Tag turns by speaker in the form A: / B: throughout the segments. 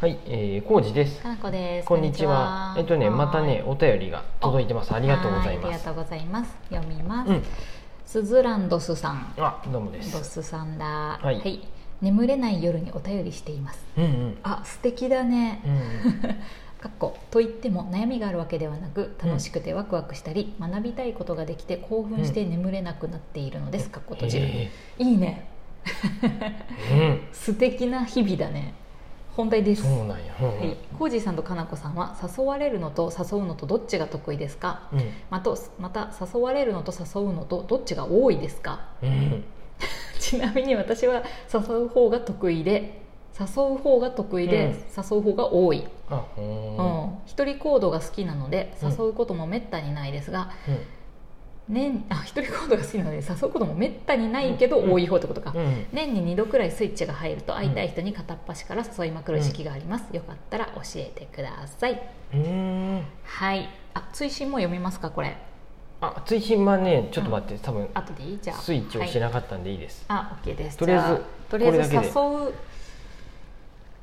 A: はい、えー、康二です。
B: かなこです。
A: こんにちは。えっとね、またね、お便りが届いてます。あ
B: あ
A: りがとうござい
B: あり
A: ま
B: が
A: す
B: と。うございます。読みま
A: うん
B: す。、スズランドスさん。
A: あ、どうもで
B: ド
A: す。
B: スさんだ。
A: はい
B: 眠れない夜にお便りしています。
A: うんうん、
B: あ、素敵だね
A: う。ん、
B: かっこと言っても悩みがあるわけではなく楽しくてワクワクしたり、学びたいことができて興奮して眠れなくなっているのです、かっこ閉じる、
A: へ
B: いいね
A: うん、
B: 素敵な日々だね本題です
A: そうなんや。うん、
B: はい、コージーさんとかなこさんは誘われるのと誘うのとどっちが得意ですかまたまた誘われるのと誘うのとどっちが多いですか
A: うん、うん、
B: ちなみに私は誘う方が得意で誘う方が得意で、
A: うん
B: 誘う方が多い、
A: あ、う
B: うん
A: ん、
B: 一人行動が好きなので
A: うん
B: 誘うこともめったにないですが、
A: うん、
B: 年あ一人行動が好きなので誘うこともめったにないけど
A: うん
B: 多い方ってことか、
A: うん、
B: 年に2度くらいスイッチが入ると会いたい人に片っ端から誘いまくる時期があります、よかったら教えてください
A: うん、
B: はいあ追伸も読みますかこれ
A: あ、追伸はね、ちょっと待って、多分
B: 後でいいじゃあ
A: スイッチを
B: はい
A: しなかったんでいいです。
B: あ、オッケーです。
A: とりあえず
B: じゃとりあえ
A: これだけで
B: ず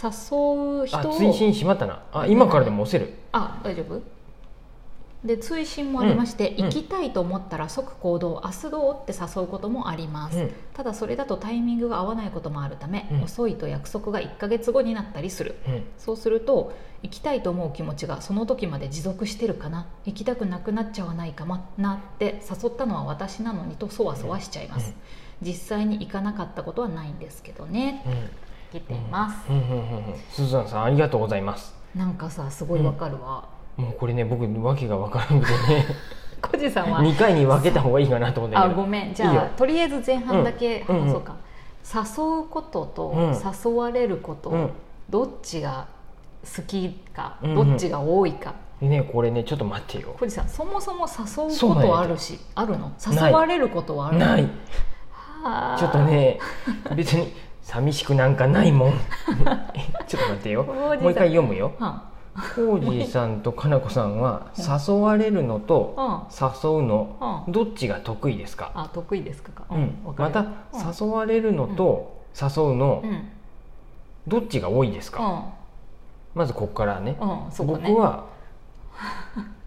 B: 誘う誘う
A: あ、
B: 人を
A: 追伸しまったな。あ、今からでも押せる。
B: あ大丈夫。で追伸もありまして、
A: うん
B: 行きたいと思ったら即行動明日どうって誘うこともあります、
A: うん
B: ただそれだとタイミングが合わないこともあるため、
A: うん
B: 遅いと約束が1ヶ月後になったりする
A: うん、
B: そうすると行きたいと思う気持ちがその時まで持続してるかな行きたくなくなっちゃわないかもなって誘ったのは私なのにとそわそわしちゃいます、
A: うん
B: 実際に行かなかったことはないんですけどね
A: うん、
B: 来てます、
A: うん、うん、うん、うん、スズアンさん、ありがとうございます。
B: なんかさすごいわかるわ、
A: もうこれね、僕わけがわからなくてね。
B: コジさんは
A: 二回に分けた方がいいかなと思って
B: あごめんじゃあ
A: いいよ
B: とりあえず前半だけ
A: うん
B: 話そうか、誘うことと誘われること、
A: うん
B: どっちが好きか、
A: うんうん
B: どっちが多いか
A: ねこれねちょっと待ってよ
B: 小路さんそもそも誘う
A: そうなん
B: こと
A: や
B: はあるしあるの誘
A: ない
B: われることはあるの
A: ない
B: はあ
A: ちょっとね別に寂しくなんかないもん ちょっと待ってよ
B: おじさん
A: もう一回読むよ
B: は
A: コージさんとかなこさんは誘われるのと
B: あ、
A: 誘うの
B: うん
A: どっちが得意ですか、
B: うん、あ得意ですか
A: う
B: うんん、わか
A: ま
B: る
A: た誘われるのと誘うの
B: うんうん
A: どっちが多いですか、まずここからね
B: うんそこ
A: 僕
B: ね
A: は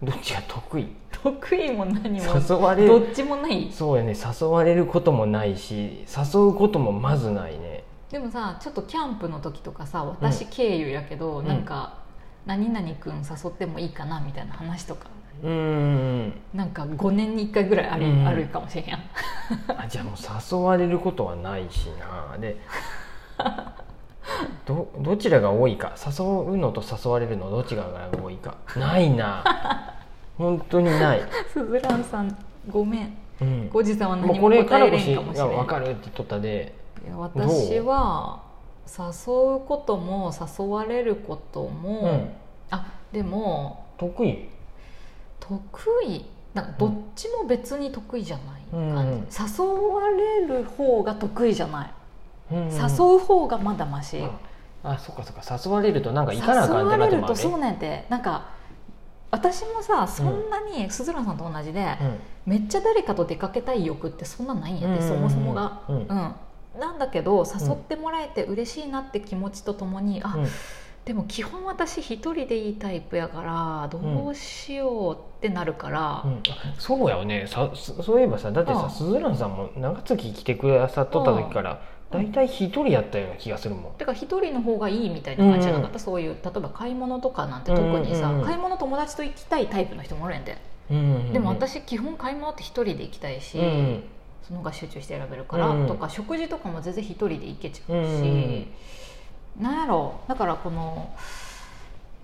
A: どっちが得意
B: 得意も何も
A: 誘われる
B: どっちもない
A: そうやね誘われることもないし誘うこともまずないね
B: でもさちょっとキャンプの時とかさ私経由やけど、
A: うん
B: なんか何々くん誘ってもいいかなみたいな話とか
A: うーん
B: なんか5年に1回ぐらいあり、
A: うん
B: あるかもしれんやん
A: あじゃあもう誘われることはないしなでどどちらが多いか誘うのと誘われるのどっちが多いかないな本当にない、
B: すずらんさんごめん
A: うん、
B: ごじさんは
A: もう
B: 何
A: こ
B: も
A: れか
B: 答
A: ら
B: え
A: こ
B: れ
A: し
B: んかもしれ
A: が
B: ん
A: 分かるって取ったで
B: いや私は誘うことも誘われることも、
A: うん
B: あでも
A: 得意
B: 得意なんかどっちも別に得意じゃない
A: うん
B: 感じ、誘われる方が得意じゃない、
A: うん
B: 誘う方がまだまし、
A: あそっかそっか誘われるとなんか行
B: 誘
A: かなあかんってな
B: わ
A: っ
B: れ
A: て
B: る
A: ま
B: と
A: うね
B: そうなんやてなんか私もさそんなに鈴蘭さんと同じで、めっちゃ誰かと出かけたい欲ってそんなないんやて、
A: うん
B: そもそもが、
A: うん
B: うんなんだけど誘ってもらえて嬉しいなって気持ちとともに、あ
A: うんうん
B: でも基本私一人でいいタイプやからどうしようってなるから、
A: うん、あそうやよねさそそういえばさだって
B: う
A: さ
B: ん
A: すずらんさんも長月来てくださっとった時から
B: う
A: 大
B: ん
A: 体一人やったような気がするもん
B: てか一人の方がいいみたいな感じじゃなかった、
A: う
B: そういう例えば買い物とかなんて特にさ、
A: うんうんうん
B: 買い物友達と行きたいタイプの人もおるんやんで、
A: うんうんうん
B: でも私基本買い物って一人で行きたいし、
A: うんうん
B: その方が集中して選べるから、
A: うん
B: とか食事とかも全然一人で行けちゃうし、
A: うん
B: なんやろだからこの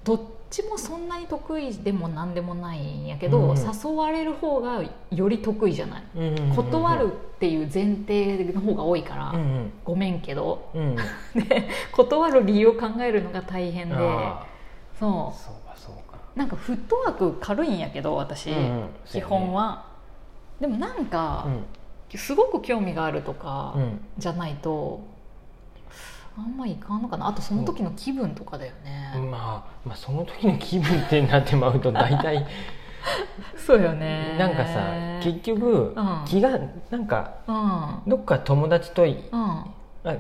B: どっちもそんなに得意でも何でもないんやけど、
A: うん
B: 誘われる方がより得意じゃない、
A: うんうんうんうん
B: 断るっていう前提の方が多いから、
A: うんうん
B: ごめんけど
A: うんうん
B: で断る理由を考えるのが大変で
A: ああ
B: そ
A: そうかそうか
B: うなんかフットワーク軽いんやけど私、
A: うんうん
B: 基本は。でもなんか、
A: うん
B: すごく興味があるとか、
A: うん
B: じゃないとあんまいかんのかなあとその時の気分とかだよね、
A: まあまあその時の気分ってなってま うと大体
B: そうよね
A: なんかさ結局
B: うん
A: 気がなんか
B: うん
A: どっか友達とい
B: うん
A: あ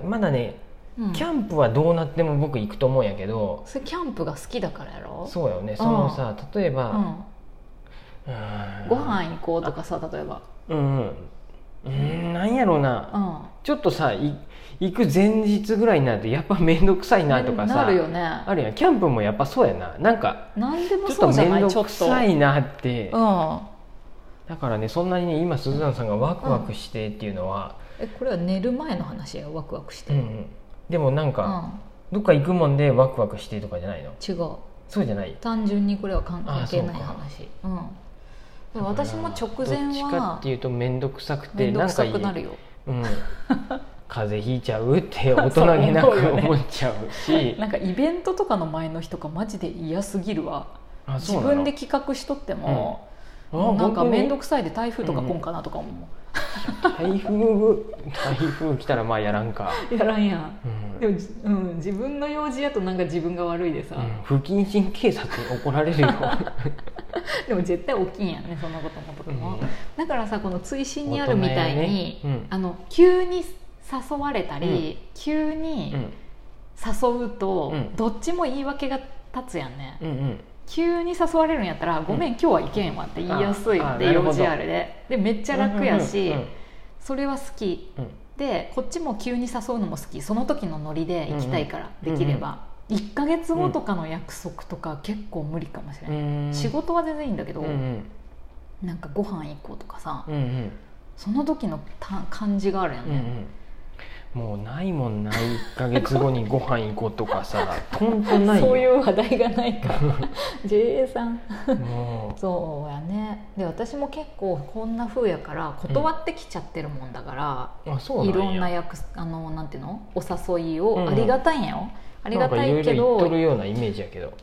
A: まだね
B: うん
A: キャンプはどうなっても僕行くと思うんやけど
B: それキャンプが好きだからやろ
A: そうよねそのさ例え
B: う
A: ば、
B: ん、
A: うーん、
B: ご飯行こうとかさ例えば、
A: うんうんうーんなんやろうな、
B: うん、
A: ちょっとさい行く前日ぐらいになるとやっぱ面倒くさいなとかさ
B: なるよね
A: あるやんキャンプもやっぱそうやななんか
B: 何でも
A: ちょっ
B: そ
A: と
B: うじゃない
A: 面
B: ちょ
A: 倒
B: っ
A: く
B: と
A: さいなって
B: うん
A: だからねそんなにね今鈴蘭さんがワクワクしてっていうのは、
B: えこれは寝る前の話やワクワクし
A: う
B: て
A: んう
B: る、
A: んでもなん
B: う
A: か、
B: ん、
A: どっか行くもんでワクワクしてとかじゃないの
B: 違う
A: そうじゃない
B: 単純にこれは関
A: あ
B: 係ない
A: そうか
B: 話うんでも私も直前
A: どっちか
B: は
A: っていうと面倒くさくて
B: 面倒くさ
A: な
B: くなん
A: か
B: るよ
A: うん、風邪ひいちゃうって大人げなく
B: そう思うよね
A: 思っちゃう し
B: なんかイベントとかの前の日とかマジで嫌すぎるわ
A: あそう
B: 自
A: なの
B: 分で企画しとっても、
A: あ
B: もうなんか
A: 本当に
B: 面倒くさいで台風とか来んかなとか思
A: 台風台風来たらまあやらんか、
B: う、やらんやん
A: うん
B: でも、じうん、自分の用事やとなんか自分が悪いでさ、
A: うん不謹慎警察に怒られ るよ、
B: でも絶対大きいんやんねそんなこともとか
A: う
B: も、
A: ん
B: だからさこの追伸にあるみたいに、
A: 大人やねうん
B: あの急に誘われたり、急に
A: うん
B: 誘うと、
A: うん
B: どっちも言い訳が立つやんね、
A: うんうん
B: 急に誘われるんやったら「ごめん今日は行けんわ」って言いやすい
A: あ
B: っ
A: あ
B: て
A: なるほど
B: 用事あるででめっちゃ楽やし、
A: うん
B: それは好き
A: うん
B: でこっちも急に誘うのも好きその時のノリで行きたいから、
A: うんうん
B: できれば、1か月後とかの約束とか結構無理かもしれ
A: う
B: ない、
A: ん、
B: 仕事は全然いいんだけど、
A: うんうん
B: なんかご飯行こうとかさ、
A: うんうん
B: その時のた感じがあるよ
A: うんう
B: ね、
A: んもうないもんな1か月後にご飯行こうとかさとんとないよ
B: そういう話題がな いから JA さん
A: も
B: そうやねで私も結構こんな風やから断ってきちゃってるもんだから、
A: うあそうなん
B: い
A: や
B: ろんな約あのなんていうのお誘いを
A: うん
B: ありがたいんやよ、ありがたい
A: なんか
B: け
A: いろいろ言
B: ど
A: っとるようなイメージやけど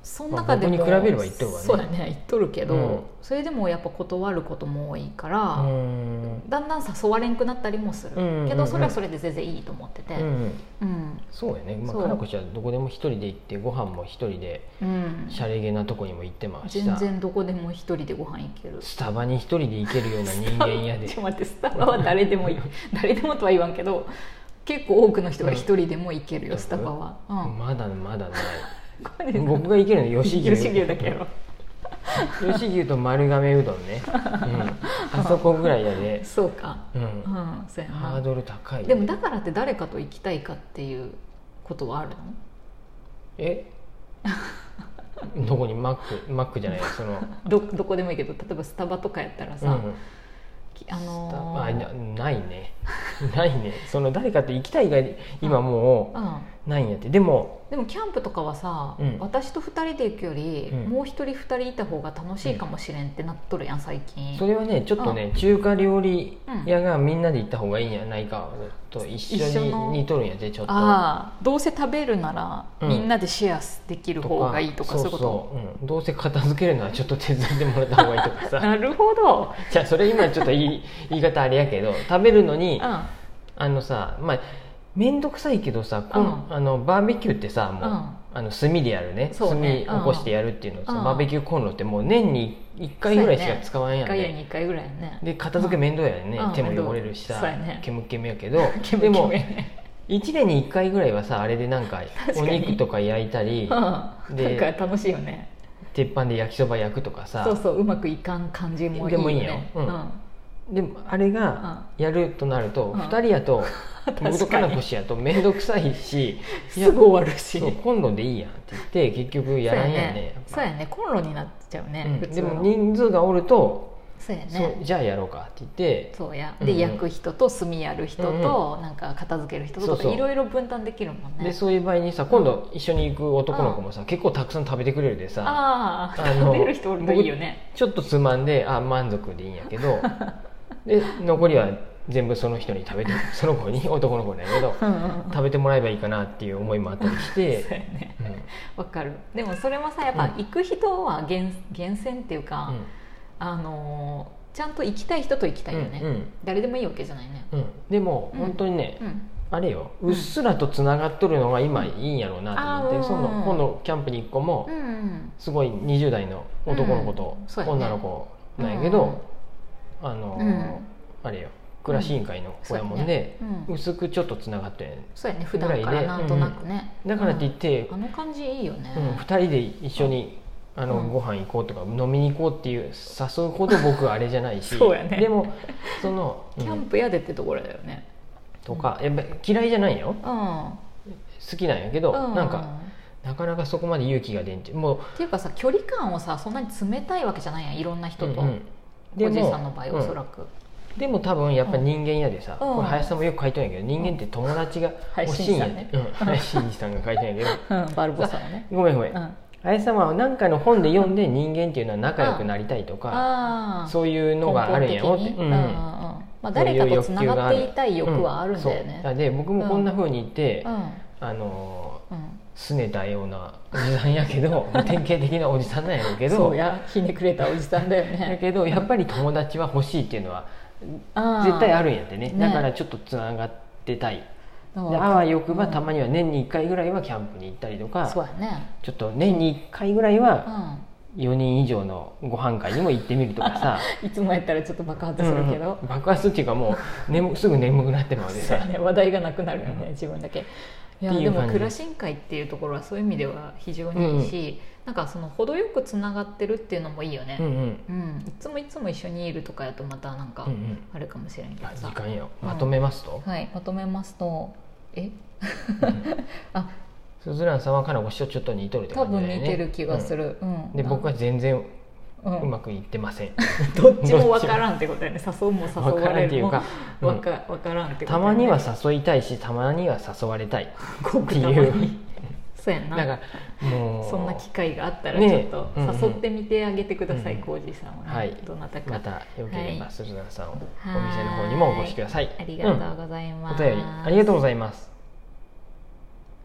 B: その中でも、
A: まあ僕に比べれば言っとるわね
B: そうやね言っとるけど、
A: うん
B: それでもやっぱ断ることも多いか
A: う
B: ら、
A: ん
B: だんだん誘われんくなったりもする、
A: うんうんうん
B: けどそれはそれで全然いいと思ってて
A: うんうん
B: うん
A: そうやねまあ
B: そう
A: かなこちゃんどこでも一人で行ってご飯も一人で
B: うん
A: シャレげなとこにも行ってますし
B: 全
A: さ
B: 然どこでも一人でご飯行ける
A: スタバに一人で行けるような人間やで
B: ちょっと待ってスタバは誰で もいい誰でもとは言わんけど結構多くの人が一人でも行けるよ、
A: うん
B: スタバは、うん
A: まだま だない
B: これで
A: 僕が行けるの吉牛
B: 吉牛だけや ろ
A: 吉牛と丸亀うどんね、うん、あそこぐらいやで、
B: そうか
A: う、
B: うんんそうや
A: ハー
B: な
A: ドル高いね
B: でもだからって誰かと行きたいかっていうことはあるの
A: えどこにマックマックじゃないその
B: どどこでもいいけど例えばスタバとかやったらさ、
A: うん
B: きあの
A: あな
B: ー
A: ないねないねその誰かと行きたいが今も
B: うん
A: うないんやってでも
B: でもキャンプとかはさ、
A: うん
B: 私と2人で行くより、
A: うん
B: もう1人2人いた方が楽しいかもしれんってなっとるやん最近
A: それはねちょっとね中華料理屋がみんなで行った方がいいんじゃないかと一
B: 一
A: 緒
B: 緒
A: に
B: の
A: 似とるんやでちょっと
B: ああどうせ食べるなら、
A: うん
B: みんなでシェアできる方がいいとかそういうこと
A: そう、うん、どうせ片付けるのはちょっと手伝ってもらった方がいいとかさ
B: なるほど、
A: じゃあそれ今ちょっと言い言い方あれやけど食べるの
B: う
A: に
B: ん、あ
A: あのさまあ面倒くさいけどさ、こん
B: うん
A: あのバーベキューってさもう、
B: うん
A: あの炭でやるね
B: そうね
A: 炭起こしてやるっていうのさ、
B: うん
A: バーベキューコンロってもう年に1回ぐらいしか使わん
B: 1
A: やんね
B: 回や2回ぐらいやね
A: で片付け面倒やね、
B: うん
A: 手も汚れるしさ、
B: そうやね
A: 煙煙や けど
B: 煙
A: でも
B: 煙ね
A: 1年に1回ぐらいはさあれでなんか
B: 確か
A: お
B: に
A: 肉とか焼いた
B: う
A: り
B: んなん
A: で
B: か楽しいよね
A: 鉄板で焼きそば焼くとかさ
B: そうそううまくいかん感じもいい
A: で
B: よ
A: もいいよ
B: ね
A: うん
B: うん
A: でもあれがやるとなると、
B: うん
A: 2人やと
B: 確かに
A: 僕とかなこしやと面倒くさいしいや
B: すぐ終わるし
A: そうコンロでいいやんって言って結局やらんやんね
B: そうやねコンロになっちゃうね、
A: うん
B: 普
A: で
B: 通の
A: も人数がおると、
B: そうやね
A: そうじゃあやろうかって言って
B: そうや
A: うん
B: で、
A: うん
B: 焼く人と炭やる人と、なんか片付ける人と
A: そう
B: と
A: そ
B: か
A: う
B: いろいろ分担できるもんね
A: でそういう場合にさ今度一緒に行く男の子もさ、結構たくさん食べてくれるでさ
B: ああ
A: あの
B: 食べる人おるといいよね
A: ちょっとつまんであ満足でいいんやけ どで残りは全部その人に食べてその子に 男の子だけど
B: うんうんうん
A: 食べてもらえばいいかなっていう思いもあったりし
B: そうや
A: て、
B: ね
A: うん
B: わかるでもそれはさやっぱ
A: うん
B: 行く人は厳厳選っていうか、あのーちゃんと行きたい人と行きたいよね、
A: うんうん
B: 誰でもいいわけじゃないね
A: うんでも、
B: うん
A: 本当にね、
B: うん
A: あれよ
B: うん
A: うっすらとつながっとるのが今いいんやろうなと思って、
B: あー
A: そ
B: うん
A: の今度キャンプに行く子も、
B: うんうん
A: すごい20代の男の子と
B: うんそうやね
A: 女の子なんやけど、あのー
B: うん
A: あれよ暮らし委員会の子やもんで、
B: そうやねうん
A: 薄くちょっとつながってん
B: そうやね普段からなんとなくね、
A: だからって言っ
B: うん
A: て、
B: あの感じいいよね、
A: うん2人で一緒にあの、
B: うん
A: ご飯行こうとか飲みに行こうっていう誘うほど僕はあれじゃないし
B: そうやね
A: でもその、うん
B: キャンプやでってところだよね
A: とかやっぱ嫌いじゃないよ
B: うん、
A: 好きなんやけど、
B: う
A: なんかなかなかそこまで勇気が出んってもう
B: っていうかさ距離感をさそんなに冷たいわけじゃないやんいろんな人と、
A: うんうん
B: おじいさんの場合おそら
A: く、
B: く、
A: うんでも多分やっぱり人間やでさ、
B: うん
A: これ林さんもよく書いてるんやけど人間って友達が欲しいんやって、うん、
B: 配
A: 林さんが書いてるんやけ
B: うん、バルボ
A: ど
B: さんはね、
A: ごめんごめん、
B: うん、
A: 林さんは何かの本で読んで人間っていうのは仲良くなりたいとか、
B: ああ
A: そういうのがあるんやよって、
B: う
A: うん
B: うん
A: ん
B: うんまあ、誰かとつながっていたい欲はあるんだよ
A: う
B: ね、
A: そうで僕もこんなふうに言って、
B: うん
A: あのー
B: うん
A: 拗ねたようなおじさんやけ ど典型的なおじさんなんやろうけど
B: そうやひねくれたおじさんだよ
A: だ
B: ね
A: けどやっぱり友達は欲しいっていうのは
B: 絶
A: 絶対あるんやってね
B: ね
A: だからちょっとつながってたい
B: あ
A: であわよくば
B: うん
A: たまには年に1回ぐらいはキャンプに行ったりと
B: そう
A: か
B: やね、
A: ちょっと年に1回ぐらいは
B: う
A: 4人以上のご飯会にも行ってみるとかさ
B: ん、いつもやったらちょっと爆発
A: う
B: す
A: ん
B: るけど、
A: 爆発っていうかもう眠すぐ眠くなってまうで
B: そうや
A: さ
B: ね、話題がなくなるよね自分だけいや
A: ってい
B: で
A: う
B: も
A: 感じ
B: 暮らし委員会っていうところはそういう意味では非常にいいし、なんかその程よくつながってるっていうのもいいよ
A: うんう
B: ね、
A: ん
B: うんいつもいつも一緒にいるとかやとまたなんか
A: うんうん
B: あるかもしれんけど
A: あ時
B: さ、
A: 間よまとめますと
B: はいまとめますとえあ
A: スズランさんはかなご師匠ちょっと似とるって
B: 多
A: 感じだ
B: 分
A: よね
B: 似てる気がする、うん
A: うんで僕は全然
B: う
A: うんまくいってません
B: どっちも分からんってことやね誘う も誘
A: 分か
B: わ
A: らん
B: れ
A: ってい
B: る
A: う
B: も
A: かうん
B: 分か分からんってこと
A: た
B: やね
A: まには誘いたいしたまには誘われたい
B: ご
A: って
B: く
A: い
B: たま
A: う
B: にそうやんな
A: だからもう
B: そんな機会があったらちょっ
A: ね
B: と
A: うんうん
B: 誘ってみてあげてください、
A: うん
B: コージーさんは、ね
A: はい
B: どなたか
A: またよけれ
B: は
A: ば
B: い
A: 鈴蘭さんをお店の方にもお越しください
B: ありがとう
A: ざい
B: ござい
A: ま
B: ますす、
A: お便りありがとうございます